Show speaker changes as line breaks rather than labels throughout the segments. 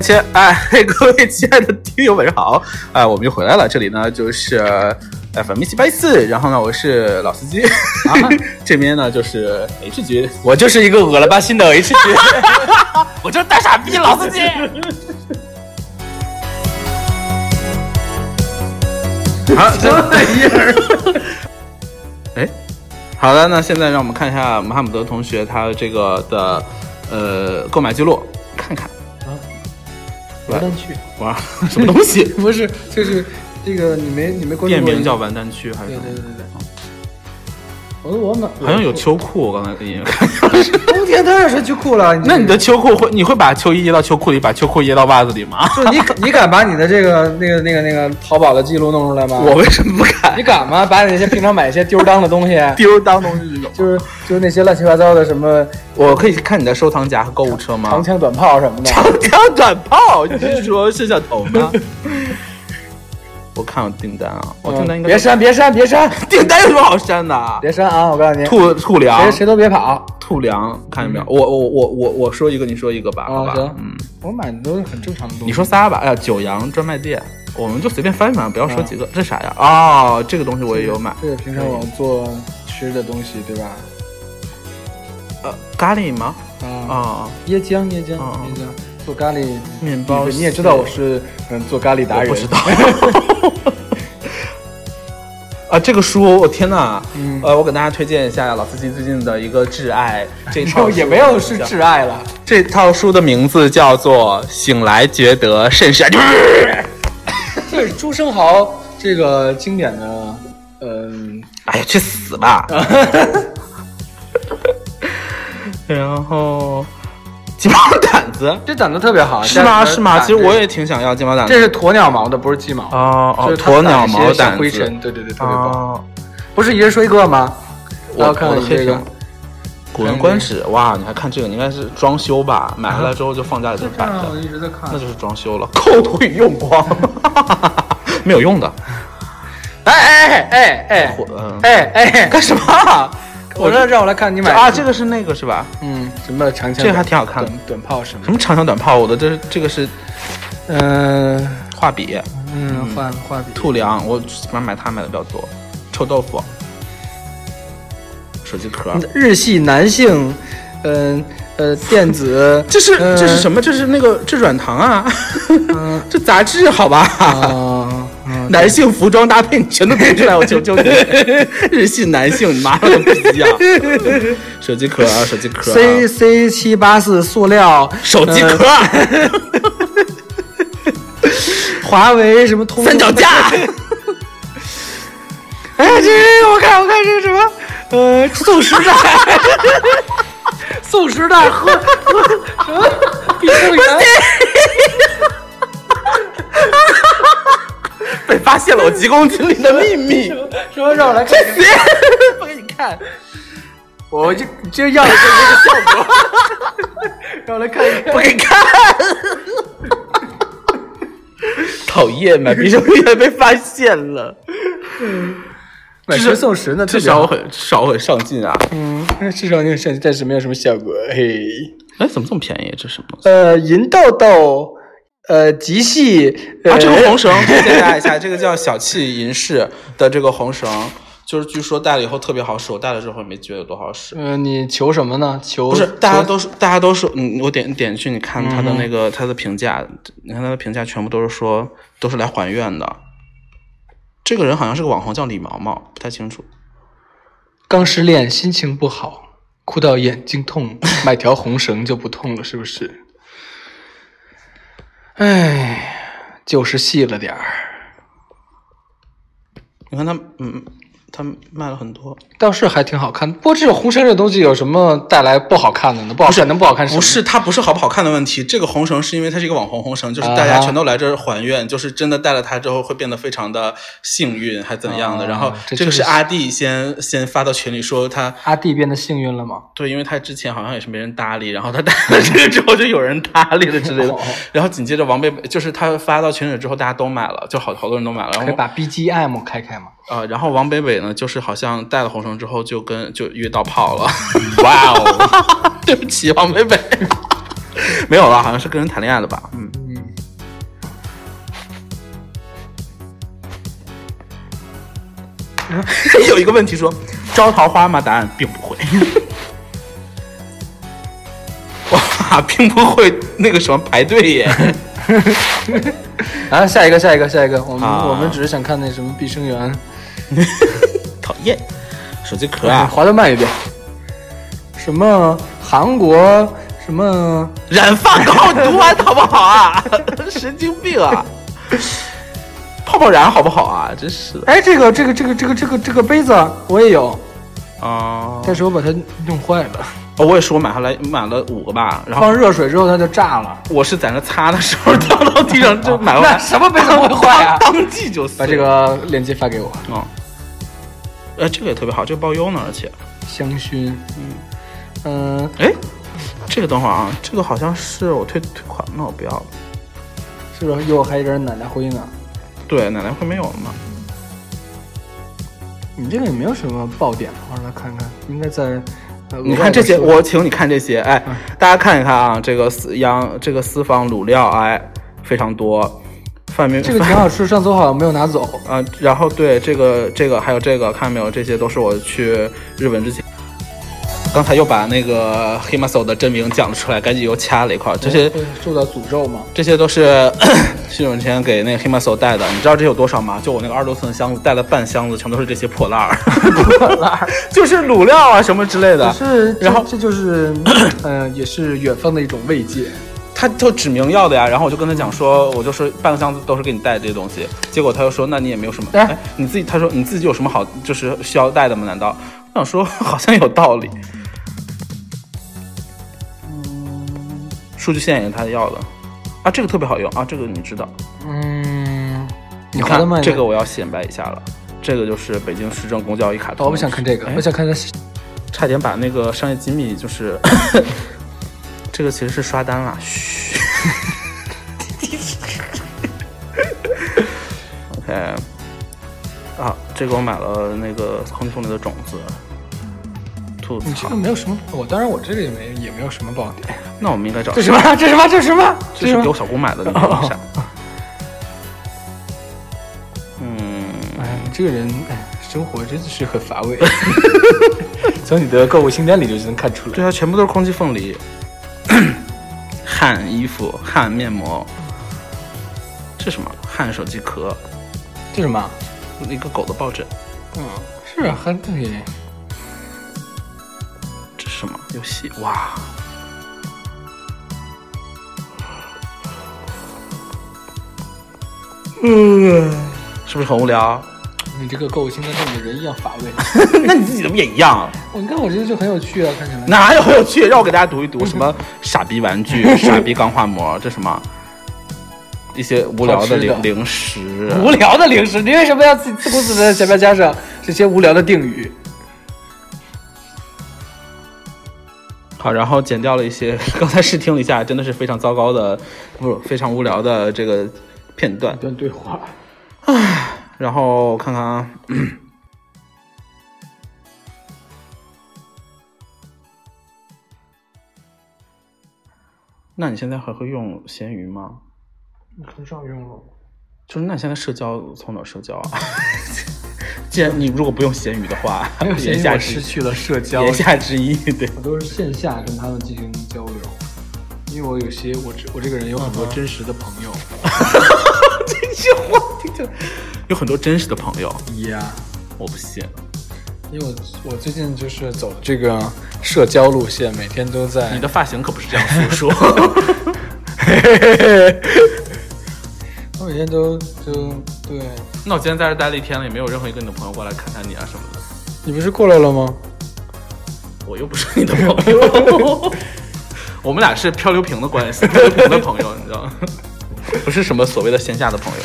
亲哎，各位亲爱的听友，晚上好！哎，我们又回来了，这里呢就是哎，粉一七八四，然后呢，我是老司机， 这边呢就是 H 君，
啊我就是一个恶了吧心的 H 君，
我就是大傻逼老司机。
好，
啊
真的一人。哎，好的，那现在让我们看一下穆罕默德同学他这个的呃购买记录，看看
完蛋区
哇，什么 东西？
不是，就是这个你没你没关注
店
过
名
一
叫完蛋区还是
对
什么
对？对对对。我哦我买
好像有秋裤，我刚才给你。
冬天当然是秋裤了。
那
这
你的秋裤会，你会把秋衣掖到秋裤里，把秋裤掖到袜子里吗？
就你敢你敢把你的这个那个那个那个淘宝的记录弄出来吗？
我为什么不敢
你敢吗？把你那些平常买一 些丢儿当 的东西，
丢当东西这种？
就是就是那些乱七八糟的什么
我可以看你的收藏夹和购物车
啊
吗？
长枪短炮什么的，
长枪短炮，你是说摄像头吗？ 我看我订单啊，我订单应
嗯
该
别删别删别删
订单有什么好删的 啊？
别删啊！我告诉你，
兔兔粮
谁，谁都别跑。
兔粮，看见没有？我我我我我说一个，你说一个吧，
啊
好吧
行？
嗯，
我买的都是很正常的东西。
你说仨吧。哎呀，九阳专卖店，我们就随便翻翻，不要说几个。这啥呀？哦，这个东西我也有买。
这个平常我做吃的东西对吧？
呃，咖喱吗？
啊，
啊，
椰浆椰浆
啊
椰浆做咖喱。
面包。
你也知道我是嗯做咖喱达人，
我不 知道。 啊，这个书，我天呐！
嗯
呃，我给大家推荐一下老司机最近的一个挚爱，这
然后
套
也
书
没有是
叫
挚爱了。
这套书的名字叫做《醒来觉得甚是爱》，
这是朱生豪这个经典的，嗯，
哎呀，去死 吧！然后鸡毛掸子啊
这长得特别好，
是吗？
但
是吗？
但
其实我也挺想要鸡毛掸子。
这是鸵鸟毛的，不是鸡毛，
哦
就
哦，
是它
鸵鸟毛
掸一些小
掸
灰
子
尘，对对对，特别棒。
哦，
不是一人说一个吗？
我
要看
我的
你
黑
这个
屏古人观止，哇！你还看这个？你应该是装修吧？买回来之后就放家里
啊
就摆着，
一直在看
那就是装修了。 抠图与用光， 没有用的。
哎哎哎哎
我嗯，
哎 哎，干什么？我说让我来看你买
啊，这个是那个是吧？
嗯什么长枪，
这个还挺好看的
短短炮什么
什么长枪短炮？我的这这个是
的，嗯
画笔，
嗯，画画笔
兔粮，我基本上买它买的比较多，臭豆腐，手机壳。
日系男性，嗯呃电子，
这是
呃
这是什么？这是那个这软糖啊，
嗯
这杂志好吧？
啊嗯
男性服装搭配，你全都编出来，我求求你！日系男性，你妈了个逼呀！手机壳啊，手机壳啊、
C C 七八四塑料
手机壳啊、
华为什么通
三脚架。
哎，这我看我看这是什么？呃，宋时代，宋时代喝喝什么必胜源？
被发现了我急公斤里的秘密。
说让我来看，
我给你看，
我就这要的就是这个效果。 让我来看一看
我，给你看。讨厌买必胜客被发现了，
买十送十呢，
至少我很至少我很上进啊！
嗯 至少那个现暂时没有什么效果。嘿，
哎，怎么这么便宜？这什么？
呃，银豆豆，呃，极细，呃
啊，这个红 绳，推荐大家一下，这个叫小气银饰的这个红绳，就是据说戴了以后特别好使，我戴了之后也没觉得有多好使。
嗯，你求什么呢？求
不是，大家都说，大家都说，嗯，我点点去，你看他
嗯
的那个、他的评价，你看他的评价全部都是说都是来还愿的。这个人好像是个网红，叫李毛毛，不太清楚。
刚失恋，心情不好，哭到眼 睛痛，买条红绳就不痛了，是不是？哎，就是细了点儿，
你看他，嗯，他卖了很多，
倒是还挺好看。不过这种红绳这东西有什么带来不好看的呢？不好看能不好看什么？
不是，它不是好不好看的问题，这个红绳是因为它是一个网红红绳，就是
啊
大家全都来这儿还愿，就是真的戴了它之后会变得非常的幸运，还怎样的。
啊
然后
这
这个
就
是
是
阿弟先先发到群里说他
阿弟变得幸运了吗？
对，因为他之前好像也是没人搭理，然后他搭了这个之后就有人搭理了之类的
哦，
然后紧接着王贝贝就是他发到群里之后，大家都买了，就好好多人都买了，然
可以
后
把 BGM 开开吗？
呃，然后王北北呢，就是好像戴了红绳之后就跟就约到炮了，哇 哦！对不起，王北北，没有了，好像是跟人谈恋爱了吧？嗯，
嗯，
有一个问题说招桃花吗？答案并不会。 哇，并不会那个什么排队耶。
啊，下一个，下一个，下一个，我们、
啊
我们只是想看那什么《毕生缘》
讨厌，手机壳
哎
啊，
滑得慢一点。什么韩国什么
染发膏你读完好不好啊？ 神经病啊！泡泡染好不好啊？真是的
哎，这个这个这个这个这个这个杯子我也
哦
有，
啊！
但是我把它弄坏了，
哦，我也是，我买下来买了五个吧，然后
放热水之后它就炸了。
我是在那擦的时候掉到地上就买回
那
来，
什么杯子不会坏 啊？
当即就撕
把这个链接发给我。
啊，呃，这个也特别好，这个包邮呢，而且
香薰，嗯嗯，
哎，这个等会儿啊，这个好像是我退退款了，我不要了。
是不是又还有一点奶奶啊灰呢？
对，奶奶会没有了吗？
你这个也没有什么爆点，我让他看看，应该在。呃
你看这些，
额外的数
我请你看这些，哎，大家看一看啊，这个私羊，这个私房卤料，哎，非常多，范明
这个挺好吃，上次我好像没有拿走。
啊、然后对这个这个还有这个，看到没有？这些都是我去日本之前，刚才又把那个黑马手的真名讲了出来，赶紧又掐了一块儿。这些、
会受到诅咒吗？
这些都是 徐永前给那个黑马手带的，你知道这有多少吗？就我那个二十多寸的箱子，带了半箱子，全都是这些破烂儿， 破烂儿 就是卤料啊什么之类的
可。是这，
然后
这 就是，呃，也是远方的一种慰藉。
他就指明要的呀，然后我就跟他讲说，我就说半个箱子都是给你带这些东西，结果他就说，那你也没有什么，
哎
哎，你自己，他说你自己有什么好就是需要带的吗？难道？我想说 好像有道理。数据线也是他要的，啊，这个特别好用啊，这个你知道。
嗯，你
看
看慢一
这
点
个我要显摆一下了，这个就是北京市政公交一卡通。
哦，我不想看这个，
哎
我想看它。
差点把那个商业机密就是， 这个其实是刷单啦。嘘。OK，啊，这个我买了那个空气里的种子。吐
你这
槽
个，没有什么，我当然我这个也没也没有什么爆点。
那我们应该找
这什么？这什么？这什么？
这
这哦
是
什
给我
么？
小姑买的那个啥。嗯，
哎，你这个人，哎，生活真的是很乏 味。从你的购物清单里就能看出来。
对啊，全部都是空气凤梨， 汗衣服、汗面膜，这什么？汗手机壳，
这什么？
一个狗的抱枕，
嗯，是啊，还对。
这是什么游戏？哇！嗯，是不是很无聊？
你这个购物清单跟你的人一样乏味。
那你自己怎么也一样？ 啊
我你看我这个就很有趣啊，看起来。
哪有有趣？让我给大家读一 读，什么傻逼玩 具、傻逼钢化膜，这什么一些无聊
好
的
吃的
零零食，
无聊的零食，你为什么要自己自顾自的在前面加上这些无聊的定语？
好，然后剪掉了一些， 刚才试听了一下，真的是非常糟糕的，不是非常无聊的这个片段。
段对话，
然后看看啊， 那你现在还会用闲鱼吗？
很少用了。
就是那你现在社交从哪儿社交啊？ 既然你如果不用闲鱼的话，
没有闲
言
鱼，
下
我
之
失去了社交，
言下之意，对，
我都是线下跟他们进行交流。因为我有些我这我这个人有很多真实的朋友
有很多真实的朋友，
呀
我不信。
因为我我最近就是走这个社交路线，每天都在
你的发型可不是这样 诉说。
我每天都都对，
那我今天在这儿待了一天了，也没有任何一个你的朋友过来看看你啊什么的。
你不是过来了吗？
我又不是你的朋 友，我们俩是漂流瓶的关系，漂流瓶的朋友，你知道吗？ 不是什么所谓的线下的朋友。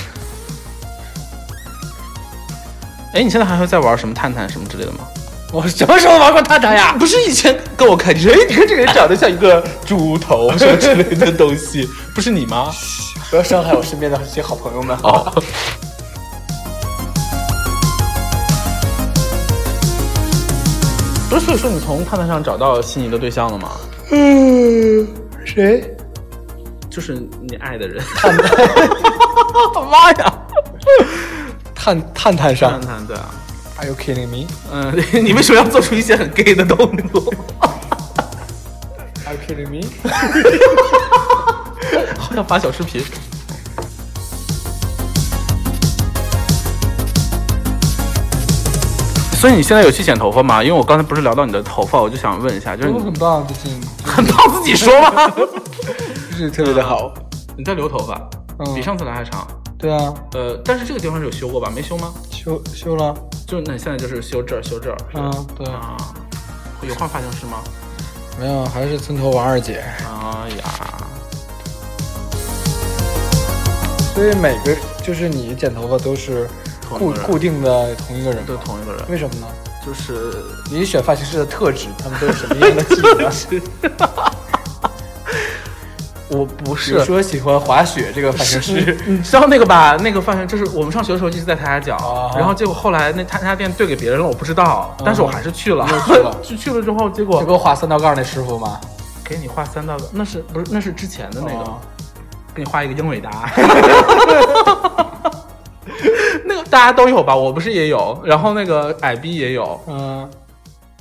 哎，你现在还会在玩什么探探什么之类的吗？
我 什么时候玩过探探呀？
不是以前跟我看，你说哎，你看这个人长得像一个猪头什么之类的东西， 不是你吗？
不要伤害我身边的这些好朋友们。
哦。不是，所以说你从探探上找到心仪的对象了吗？
嗯，谁？
就是你爱的人。
妈呀！探探探上
探对啊，
Are you kidding me?
嗯， 你为什么要做出一些很 gay 的动作？
Are you kidding me?
好想发小视频。所以你现在有去剪头发吗？因为我刚才不是聊到你的头发，我就想问一下，就是
头发
你
很棒，最近
很到自己说 吗？
就是特别的好。
你在留头发，
嗯
比上次来还长。
对啊，
呃，但是这个地方是有修过吧？没修吗？
修修了。
就是那你现在就是修这儿修这儿。是吧
嗯，对，
啊，有换发型师吗？
没有，还是村头王二姐。
哎呀，
所以每个就是你剪头发都是
同一
固
个人
固定的同一个人
都
吗，
同一个人，
为什么呢？
就是
你选发型师的特质，他们都有什么样的技 能？
我不
比
是
如说喜欢滑雪这个发型师，
你知道那个吧？那个发型就是我们上学的时候一直在他家讲，
啊
然后结果后来那他家店兑给别人了，我不知道，但是我还是去了，
又去了
啊 去去了之后，结果
就给我画三道杠那师傅吗？
给你画三道杠，那是不是那是之前的那个，
哦
给你画一个英伟达。 那个大家都有吧？我不是也有，然后那个矮逼也有，
嗯，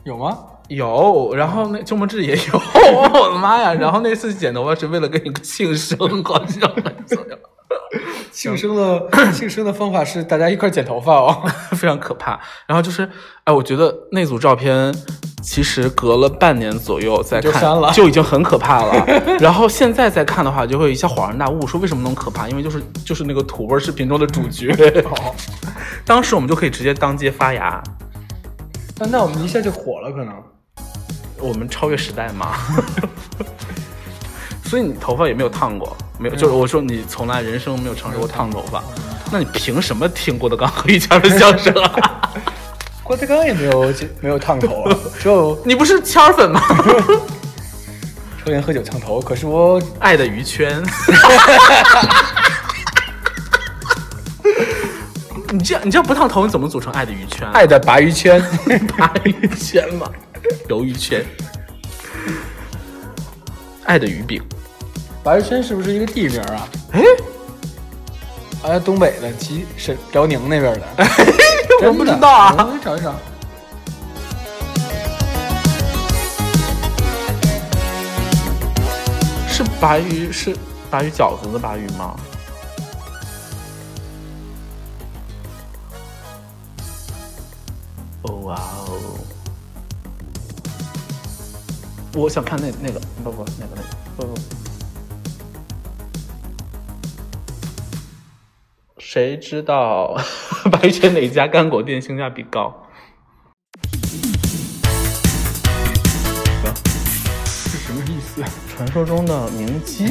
有吗？
有，然后那鸠摩智也 有，我的妈呀！然后那次剪头发是为了跟你庆生，好 像
庆生的庆生的方法是大家一块儿剪头发 哦。
非常可怕。然后就是，哎，我觉得那组照片其实隔了半年左右再
就
看，
删了
已经很可怕 了。然后现在再看的话，就会一下恍然大悟，说为什么那么可怕？因为就是就是那个土味视频中的主 角。
哦
当时我们就可以直接当街发芽，
那那我们一下就火了，可能。
我们超越时代嘛。 所以你头发也没有烫过，没有，就是我说你从来人生没有尝试过烫头发，那你凭什么听郭德纲和于谦的相声啊？
郭德纲也没有剪没有烫头啊，只 有
你不是谦儿粉吗？
抽烟喝酒烫头。可是我
爱的鱼圈。 你这样你这样不烫头，你怎么组成爱的鱼啊圈？
爱的鲅鱼圈，
鲅鱼圈吗？鱿鱼圈，爱的鱼 饼。
鲅鱼圈是不是一个地名啊？哎，哎，东北的，吉沈辽宁那边的。
我不知道啊
真的哎嗯我找一找。
是鲅鱼是鲅鱼饺子的鲅鱼吗？哦哇哦！我想看那那个不不那个那个不不。谁知道 鲅鱼圈哪家干果店性价比高？
什么意思？
传说中的明基。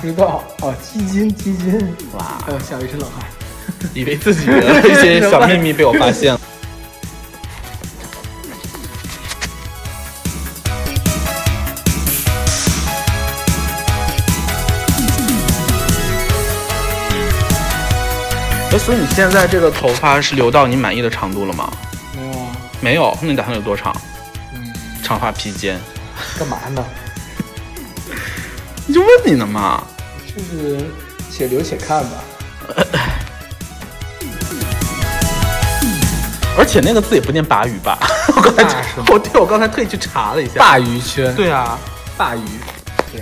不知道哦，基金基金，哇，哎呦，吓我一身冷汗。
以为自己的一 些小秘密被我发现了。哎，所以你现在这个头发是留到你满意的长度了吗？
没有啊，
没有，那你打算留多长？
嗯，
长发披肩？
干嘛呢？
你就问你呢嘛。
就是且留且看吧。
而且那个字也不念鲅鱼吧？我刚才
是
我对我刚才特意去查了一下。
鲅鱼圈，
对啊，
鲅鱼，对。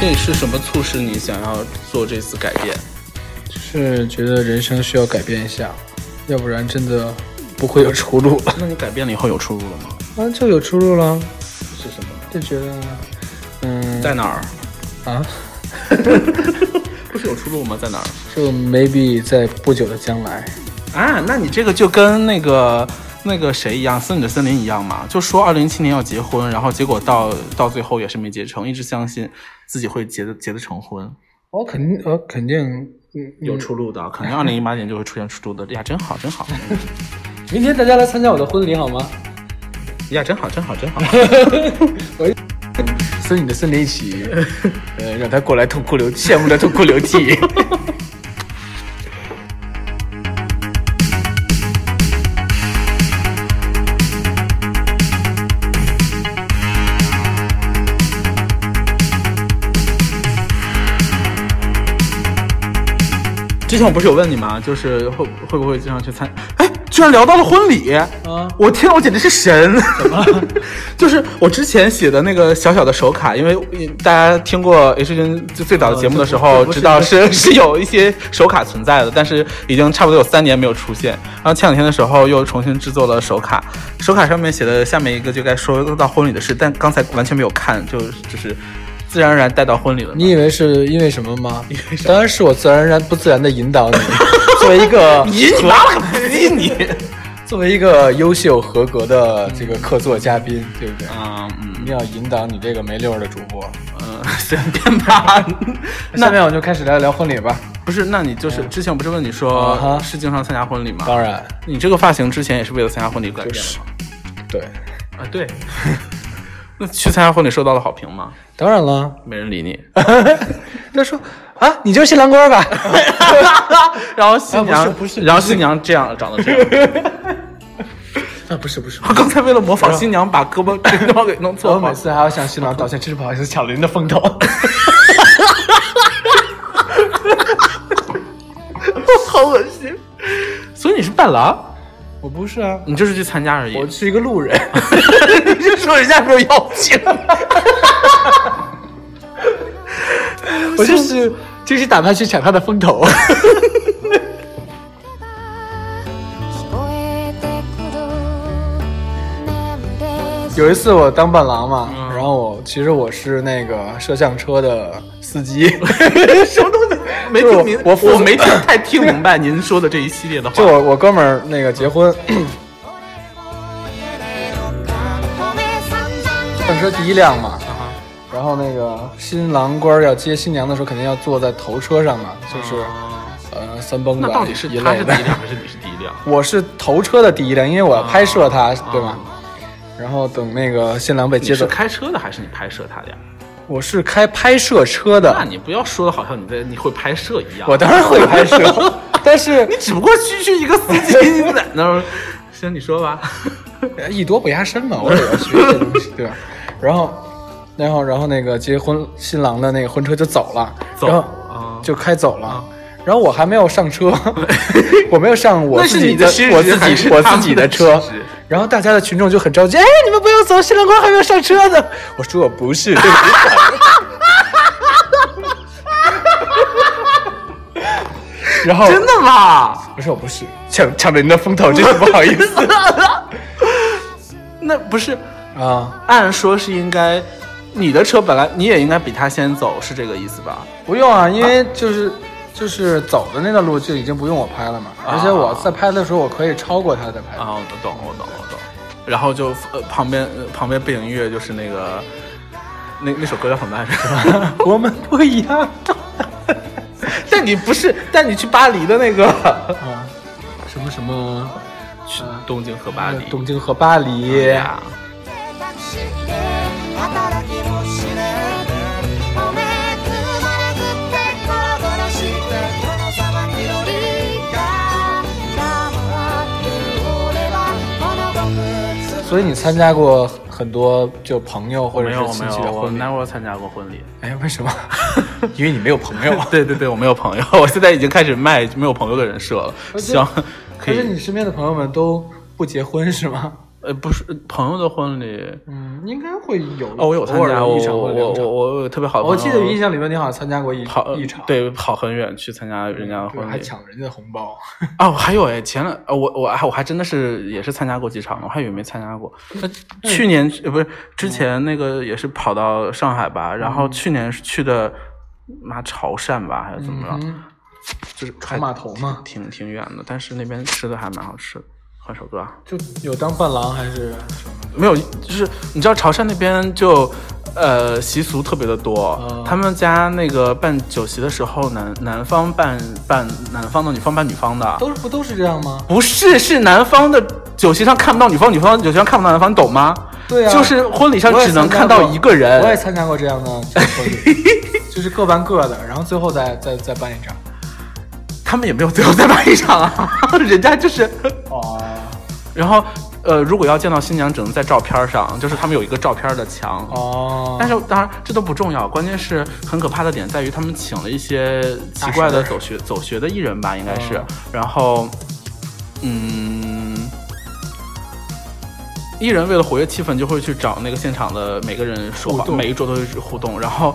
这是什么促使你想要做这次改变？
是觉得人生需要改变一下，要不然真的不会有出路了。
那你改变了以后有出入了吗？
啊，就有出路了，
是什么？
就觉得，嗯，
在哪儿？
啊，
不是有出路吗？在哪儿？
就 maybe 在不久的将来，
啊，那你这个就跟那个那个谁一样，《森林的森林》一样嘛，就说二零一七年要结婚，然后结果到到最后也是没结成，一直相信自己会结的结得成婚，
我肯定，我肯定，嗯，
有出路的，肯定二零一八年就会出现出路的。呀，真好，真好，
明天大家来参加我的婚礼好吗？
呀，真好，真好， 真好。
森林的森林一 起，呃，让他过来痛哭流，羡慕的痛哭流涕。
之前我不是有问你吗？就是会会不会经常去参？哎，居然聊到了婚礼！
啊
我天，我简直是神！ 怎么？就是我之前写的那个小小的手卡，因为大家听过 H 君最最早的节目的时
这
候，
不
知道是是有一些手卡存在的，但是已经差不多有三年没有出现。然后前两天的时候又重新制作了手卡，手卡上面写的下面一个就该说到婚礼的事，但刚才完全没有看，就就是自然而然带到婚礼了嘛。
你以为是 因为什么吗？当然是我自然而然不自然的引 导你，作为一个
你你妈了个逼你！
作为一个优秀合格的这个客座嘉宾，对不对？
啊嗯
一定要引导你这个没溜儿的主播。
嗯，随便 吧。
下面我就开始聊聊婚礼吧。
不是，那你就是之前我不是问你
嗯啊哈
说是经常参加婚礼吗？
当然，
你这个发型之前也是为了参加婚礼改
啊
变的吗？
对，
啊，对。 那去参加婚礼受到了好评吗？
当然了。
没人理 你。
他说啊，你就是新郎官吧？
然后新娘，
啊不是不是
然后新娘这样长得这样。
啊，不是不是。
我刚才为了模仿新娘，把胳膊胳膊 给弄
我
错
每
了。
次还要向新郎道歉，真是不好意思抢了您的风头。
所以你是伴郎，
我不是啊，
你就是去参加而已
我。是一个路 人。
你就说人家没有邀请。
我就是就是打算去抢他的风头。
聞こえてくる年齢
有一次我当伴郎嘛，
嗯
然后我其实我是那个摄像车的司机，
什么东西？ 没
就是
听
我
明，
我负责
我没听太听明白您说的这一系列的话。
就我我哥们儿那个结婚，上车第一辆嘛，
嗯
然后那个新郎官儿要接新娘的时候，肯定要坐在头车上嘛，就是呃三蹦
嗯
子
啊那到底是
一
他
类
是第
的
一。辆嗯还是你是第一辆？
我是头车的第一辆，因为我要拍摄他，对吗？然后等那个新郎被
你
接
是
走，
开车的还是你拍摄他的呀？
我是开拍摄车的，
那你不要说的好像你在你会拍摄一样。
我当然会 拍摄，但是
你只不过区区一个司 机，你在那儿。行，你说吧。
艺呃多不压身嘛，我也要学一些东西，对吧？然后，然后，然后那个结婚新郎的那个婚车就走了，
走
然
啊
后就开走了。然后我还没有 上车，我没有上我
那是
自己
你的失职
我自
还
己
是
我
他
自
们
己
的
车
失职。
然后大家的群众就很着急，哎，你们不要走，新郎官还没有上车呢。我说我不是，对不起。 然后
真的吗？
我说我不是，抢抢着您的风头，真是不好意思
那不是，
啊。
按说是应该，你的车本来你也应该比他先走，是这个意思吧？
不用啊，因为就是就是走的那段路就已经不用我拍了嘛，而且我在拍的时候我可以超过他在拍。
啊，我懂，我懂，我懂。然后就呃旁边呃旁边背景音乐就是那个，那那首歌叫什么来着？
我们不一样，
但你不是，但你去巴黎的那个，嗯
什么什么呃
去东京和巴黎。啊
东京和巴黎，
呀，
働きもしないでおめえつまらずって転がらして殿様に乗りが黙っておればこの僕つ
所以你参加过很多就朋友
我
或者
没有，
是
我没
亲戚的
有，我
婚礼？
never 参加过婚礼。
哎，为什么？ 因为你没有朋 友。
对对对，我没有朋友，我现在已经开始卖没有朋友的人设了，希望可
可是
以。
你身边的朋友们都不结婚是吗？
呃，不是呃朋友的婚礼，
嗯，应该会有。
哦，我有参
偶尔
加，我
一场
我
或
我
者两场。
我我有特别好的朋
我
友，
记得有印象里面你好像参加过一
跑
一场，
对，跑很远去参加人家的
对，
婚
还
礼。
抢人家的红 包。
哦，还有哎，前两呃我我还我还真的是也是参加过几场，我还以为没参加过。那去年呃不是
嗯
之前那个也是跑到上海吧，然后去年是去的妈潮汕吧，还是怎么着，
嗯
就是
跑
看
码头嘛，
挺挺远的，但是那边吃的还蛮好吃的。换首歌啊，
就有当伴郎还是
没有，就是你知道潮汕那边就，呃，习俗特别的多。
嗯
他们家那个办酒席的时候，男男方办办男方的，女方办女方的，
都不都是这样吗？
不是是男方的酒席上看不到女方，女方的酒席上看不到男方，你懂吗？
对啊
就是婚礼上
我也
只能
参加
看到
过
一个人。
我也参加过这样的婚礼， 就是各办各的，然后最后再再再办一场。
他们也没有最后再办一场啊，人家就是，
哦，
然后呃，如果要见到新娘，只能在照片上，就是他们有一个照片的墙。
哦
但是当然这都不重要，关键是很可怕的点在于他们请了一些奇怪的走学走学的艺人吧，应该
哦
是，然后，嗯，艺人为了活跃气氛，就会去找那个现场的每个人说话
互，动
每一桌都会互动，然后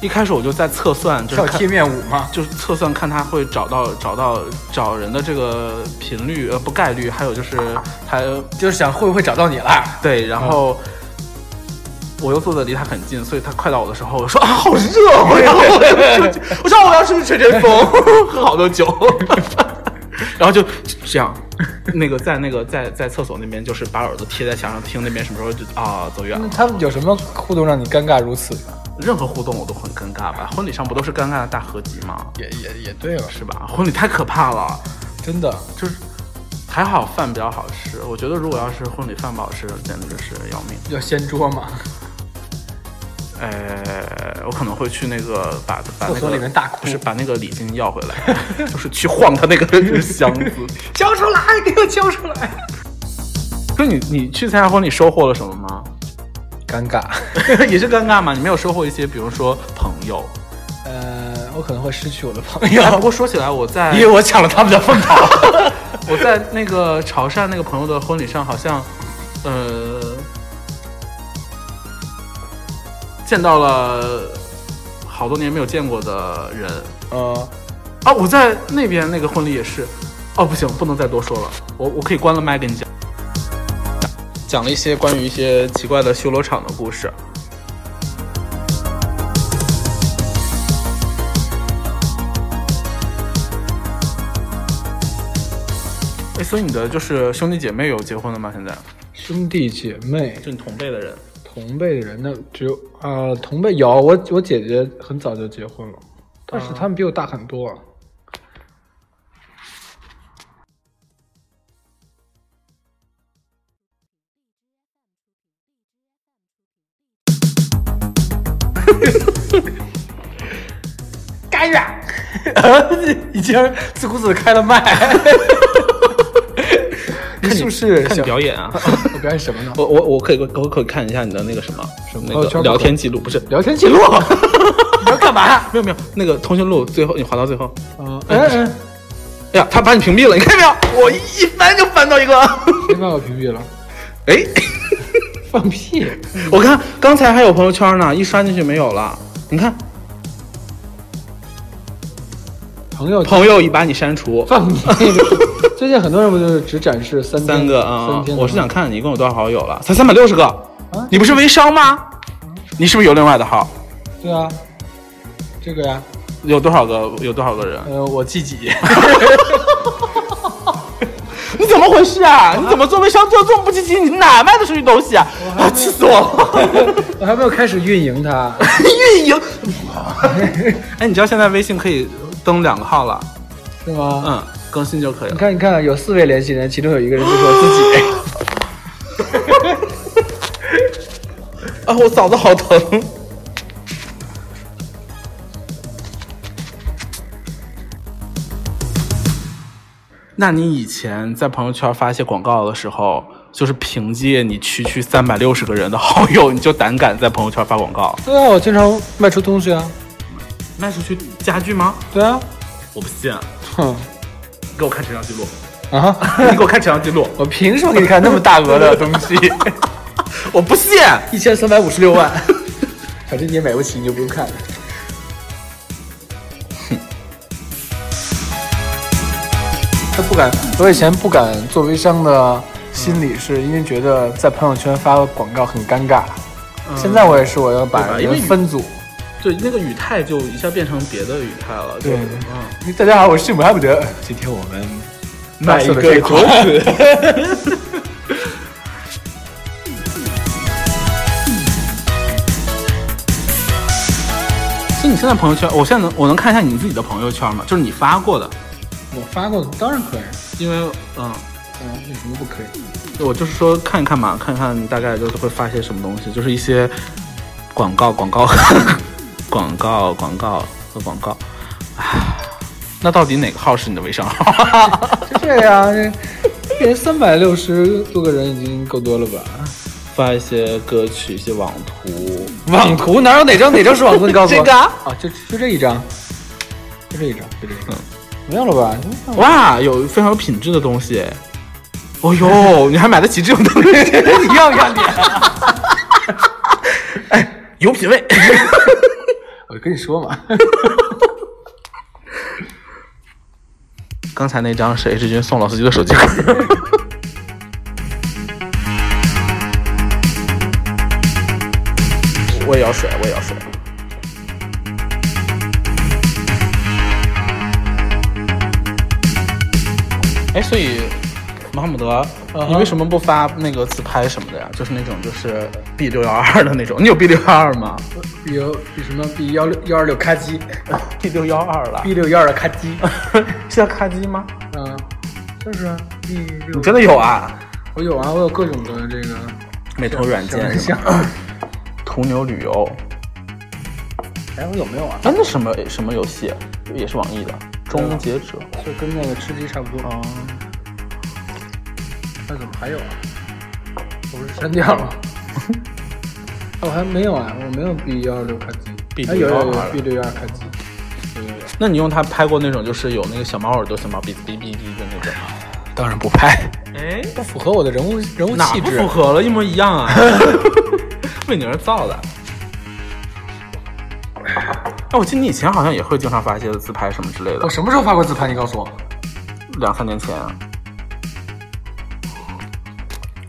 一开始我就在测算，就是
跳
看
贴面舞嘛，
就是测算看他会找到找到找人的这个频率呃不概率，还有就是他
就是想会不会找到你了？
对，然后我又坐的离他很近，所以他快到我的时候，我说啊好热哦，然后我要出去，我说啊我要出去吹吹风， 喝好多酒，然后就这样，那个在那个在在厕所那边就是把耳朵贴在墙上听那边什么时候就啊走远了，
嗯他们有什么互动让你尴尬如此呢？
任何互动我都很尴尬吧，婚礼上不都是尴尬的大合集吗？
也也也对了，
是吧？婚礼太可怕了。
真的，
就是还好饭比较好吃，我觉得如果要是婚礼饭不好吃，简直是要命。
要掀桌嘛，
呃，我可能会去那个把把那
厕所
个
里面大哭
不是把那个礼金要回来， 就是去晃他那 个箱子。
交出来，给我交出来！
就你你去参加婚礼收获了什么吗？
尴尬，
也是尴尬吗？你没有收获一些，比如说朋 友。
呃，我可能会失去我的朋
哎，不
友，
过说起来，我在
因为我抢了他们的 风头。
我在那个潮汕那个朋友的婚礼上，好像，呃，见到了好多年没有见过的人
嗯，
啊！我在那边那个婚礼也是，哦，不行，不能再多说了，我我可以关了麦跟你讲，讲了一些关于一些奇怪的修罗场的故事。哎，所以你的就是兄弟姐妹有结婚了吗？现在
兄弟姐妹，
就你同辈的人，
同辈的人呢，只有啊、同辈有我，我姐姐很早就结婚了，但是他们比我大很多、啊。 干远，已经自顾自地开了麦，你是不是
看你
想
表演啊！
我表演什么呢？
我我我可以我可以看一下你的那个什么什么那
朋友圈
个
不可
聊天记录，不是
聊天记 录，你要干嘛？
没有没有那个通讯录，最后你滑到最后，
嗯，哎哎，
哎呀，他把你屏蔽了，你看见没有？我一翻就翻到一个，
谁把我屏蔽了？
哎，
放屁！
我看刚才还有朋友圈呢，一刷进去没有了。你看，
朋友
朋友已把你删除
放 屁！最近很多人不就是只展示三天
三个啊
三，天的吗
我是想看你一共有多少好友了，才三百六十个
啊。
你不是微商吗？你是不是有另外的号？
对啊，这个呀，
有多少个？有多少个人？
呃，我自己
你怎么回事啊？你怎么做微商做得这么不积极？你哪卖得出去东西啊？啊，气死我了！
我还没有开始运营它，
运营。 哎，你知道现在微信可以登两个号了，
是吗？
嗯，更新就可以
你
了。
看，你看，有四位联系人，其中有一个人就是我自己。
啊，我嗓子好疼。那你以前在朋友圈发一些广告的时候，就是凭借你区区三百六十个人的好友，你就胆敢在朋友圈发广告？
对啊，我经常卖出东西啊。
卖出去家具吗？
对啊，
我不信，
哼
给我看成交记录，
啊！
你给我看成交记录，
我凭什么给你看那么大额的东西？
我不 信。
一千三百五十六万， 反正你也买不起，你就不用看了。 他不敢，我以前不敢做微商的心理是因为觉得在朋友圈发个广告很尴尬。现在我也是，我要
对
把
吧因为
人分组。
对，那个语态就一下变成别的语态了。就
对
是嗯。
大家好，我是姆哈姆德。今天我们卖一个
左子。 所以你现在朋友圈，我现在能我能看一下你自己的朋友圈吗？就是你发过的，
我发过，当然可以。
因为嗯，
嗯，为什么不可以？
我就是说看一看嘛，看看你大概就是会发些什么东西，就是一些广告、广告、 广告、广告和广告。 唉那到底哪个号是你的微商号？
就这样，人三百六十多个人已经够多了吧？
发一些歌曲、一些网图，
网图哪有哪张哪张是网图？你告诉我。
这个啊
啊，就就这一张，就这一张，就这一张，没有了吧？
哇，有非常有品质的东西。哦呦，你还买得起这种东 西？
你要不 要脸？
哎有品位。
我就跟你说嘛，
刚才那张是 H 君送老司机的手机 壳。我也要水，我也要水。哎，所以马姆德，你为什么不发那个自拍什么的呀？就是那种就是 B 六幺二的那种，你有 B 六幺二吗
比如比什么比幺六幺二六咔叽
？B 六幺二了，
，B 六幺二咔叽，
是叫卡机吗？
嗯，就是啊，B 六，
你真的有啊？
我有啊，我有各种的这个
美图软件是
像
吗，途牛旅游，
哎，我有没有啊？
啊，那什么什么游戏也是网易的《终结者》
就跟那个吃鸡差不多。
啊，
那怎么还有啊？我不是删掉了吗？啊我还没有啊，我没有 B 幺二六卡机
B
哎有有
112
有 B 六幺二卡机，
那你用它拍过那种就是有那个小猫耳朵、小毛鼻子、哔哔哔的那种吗？
当然不拍，
哎，
不符合我的人物人物
哪
气
不
质
符。合了？一模一样 啊！为你而造的。哎，我记得你以前好像也会经常发一些自拍什么之类的
我，什么时候发过自拍？你告诉我。
两三年前啊。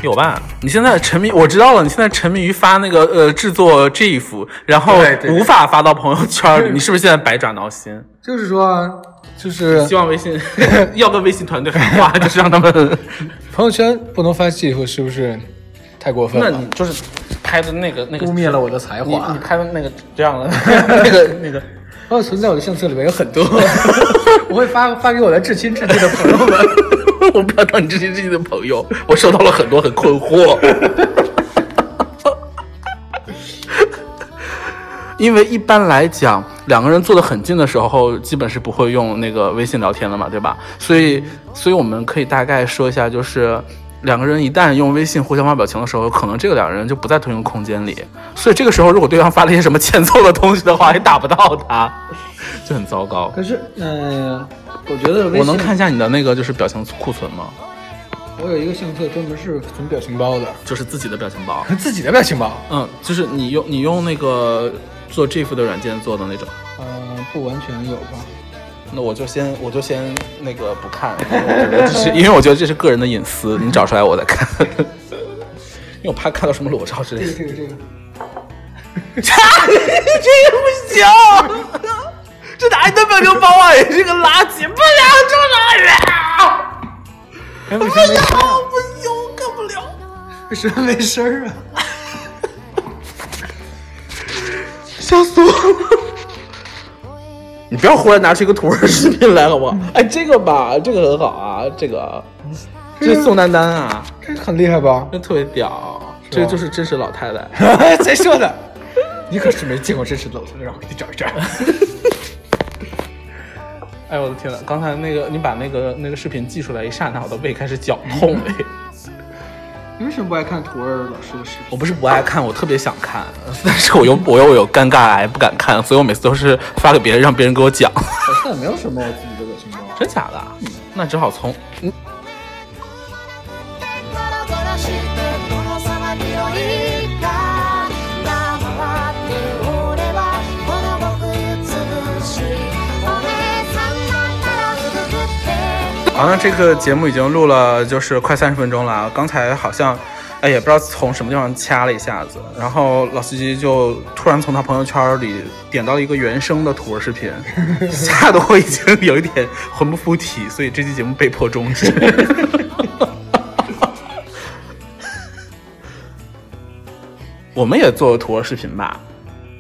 有吧？你现在沉迷，我知道了。你现在沉迷于发那个呃制作 GIF，然后
对对
无法发到朋友圈 里，你是不是现在百爪挠心？
就是说啊，就是
希望微 信要跟微信团队喊 话，就是让他们。
朋友圈不能发 GIF，是不是太过分
那
了
你？就是拍的那个那个
污蔑了我的才
你
华
你。拍的那个这样的 那个那个，
包括存在我的相册里面有很 多，我会发发给我的至亲至亲的朋友们。
我不要当你这些这些的朋友，我收到了很多很困惑。 因为一般来讲，两个人坐得很近的时候，基本是不会用那个微信聊天的嘛，对吧？所以，所以我们可以大概说一下，就是两个人一旦用微信互相发表情的时候，可能这个两个人就不在同一个空间里。所以这个时候，如果对方发了一些什么欠揍的东西的话，也打不到他， 就很糟糕。
可是，嗯、我觉得微信
我能看一下你的那个就是表情库存吗？
我有一个相册专门是存表情包的，
就是自己的表情包。
自己的表情包。
嗯，就是你用你用那个做 GIF 的软件做的那种。
嗯、不完全有吧。
那我就先我就先那个不看，因为我觉得这是 因为我觉得这是个人的隐私，你找出来我再看。 因为我怕看到什么裸照之类
这
的。
个这个这个，
这个不行，这哪里的表情包啊？也是个垃圾，不想
哎，为什么没声儿啊？
这不行，我看不了。
为什么没声儿啊？
笑死我了！ 你不要忽然拿出一个土味儿视频来好不好？哎，这个吧，这个很好啊，这个，这是宋丹丹啊，
这很厉害 吧？
这特别屌，这就是真实老太太。
谁说的？ 你可是没见过真实的楼让我给你找一找。
哎呦我的天呐，刚才那个你把那个那个视频寄出来一刹那，我的胃开始绞痛哎！
你为什么不爱看土味儿老师的视
我不是不爱看，我特别想 看，但是我又我又有尴尬癌不敢看，所以我每次都是发给别人，让别人给我讲。
频？好像没有什么我自己的表情包。
真假的？啊那只好从
ゴロゴロして殿様広いか黙って俺はこの僕潰しお姉さんだったら服くって
好像这个节目已经录了，就是快三十分钟了啊。刚才好像，哎，也不知道从什么地方掐了一下子，然后老司机就突然从他朋友圈里点到了一个原声的土味视频， 吓得我已经有一点魂不附体，所以这期节目被迫终止。 我们也做土味视频吧，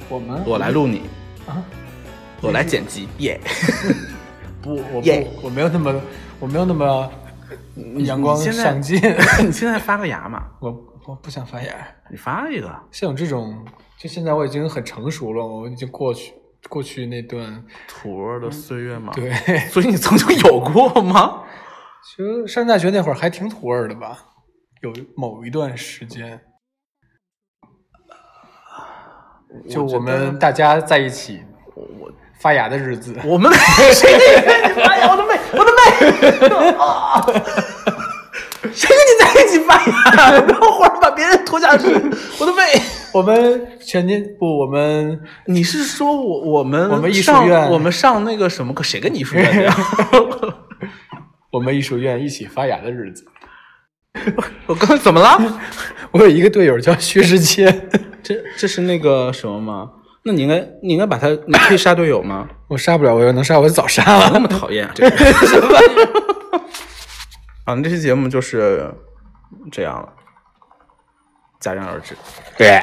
我们
我来录你，
啊，
我来剪辑，耶、
不，我
耶
不，我没有那么，我没有那么阳光
嗯你现在
上 进。
你现在发个芽嘛，
我我不想发言。
你发一个。
像我这种，就现在我已经很成熟了，我已经过去过去那段
土味儿的岁月吗？
对，
所以你曾经有过吗？
其实上大学那会儿还挺土味儿的吧，有某一段时间，就我们大家在一起，我发芽的日子，
我们谁跟你？哎呀，我的妹，我的妹！啊 谁跟你在一起发呀？然后忽然把别人拖下去，我的妹！
我们全年不，我们
你是说我我们
我们艺术
上
院
我们上那个什么课？谁跟你说的 呀？
我们艺术院一起发芽的日子。
我刚才怎么了？
我有一个队友叫薛之谦，
这这是那个什么吗？那你应该你应该把他，你可以杀队友吗？
我杀不了，我要能杀我就早杀了。
那么讨厌啊这个 什么？啊，那这期节目就是这样了，戛然而止。
对。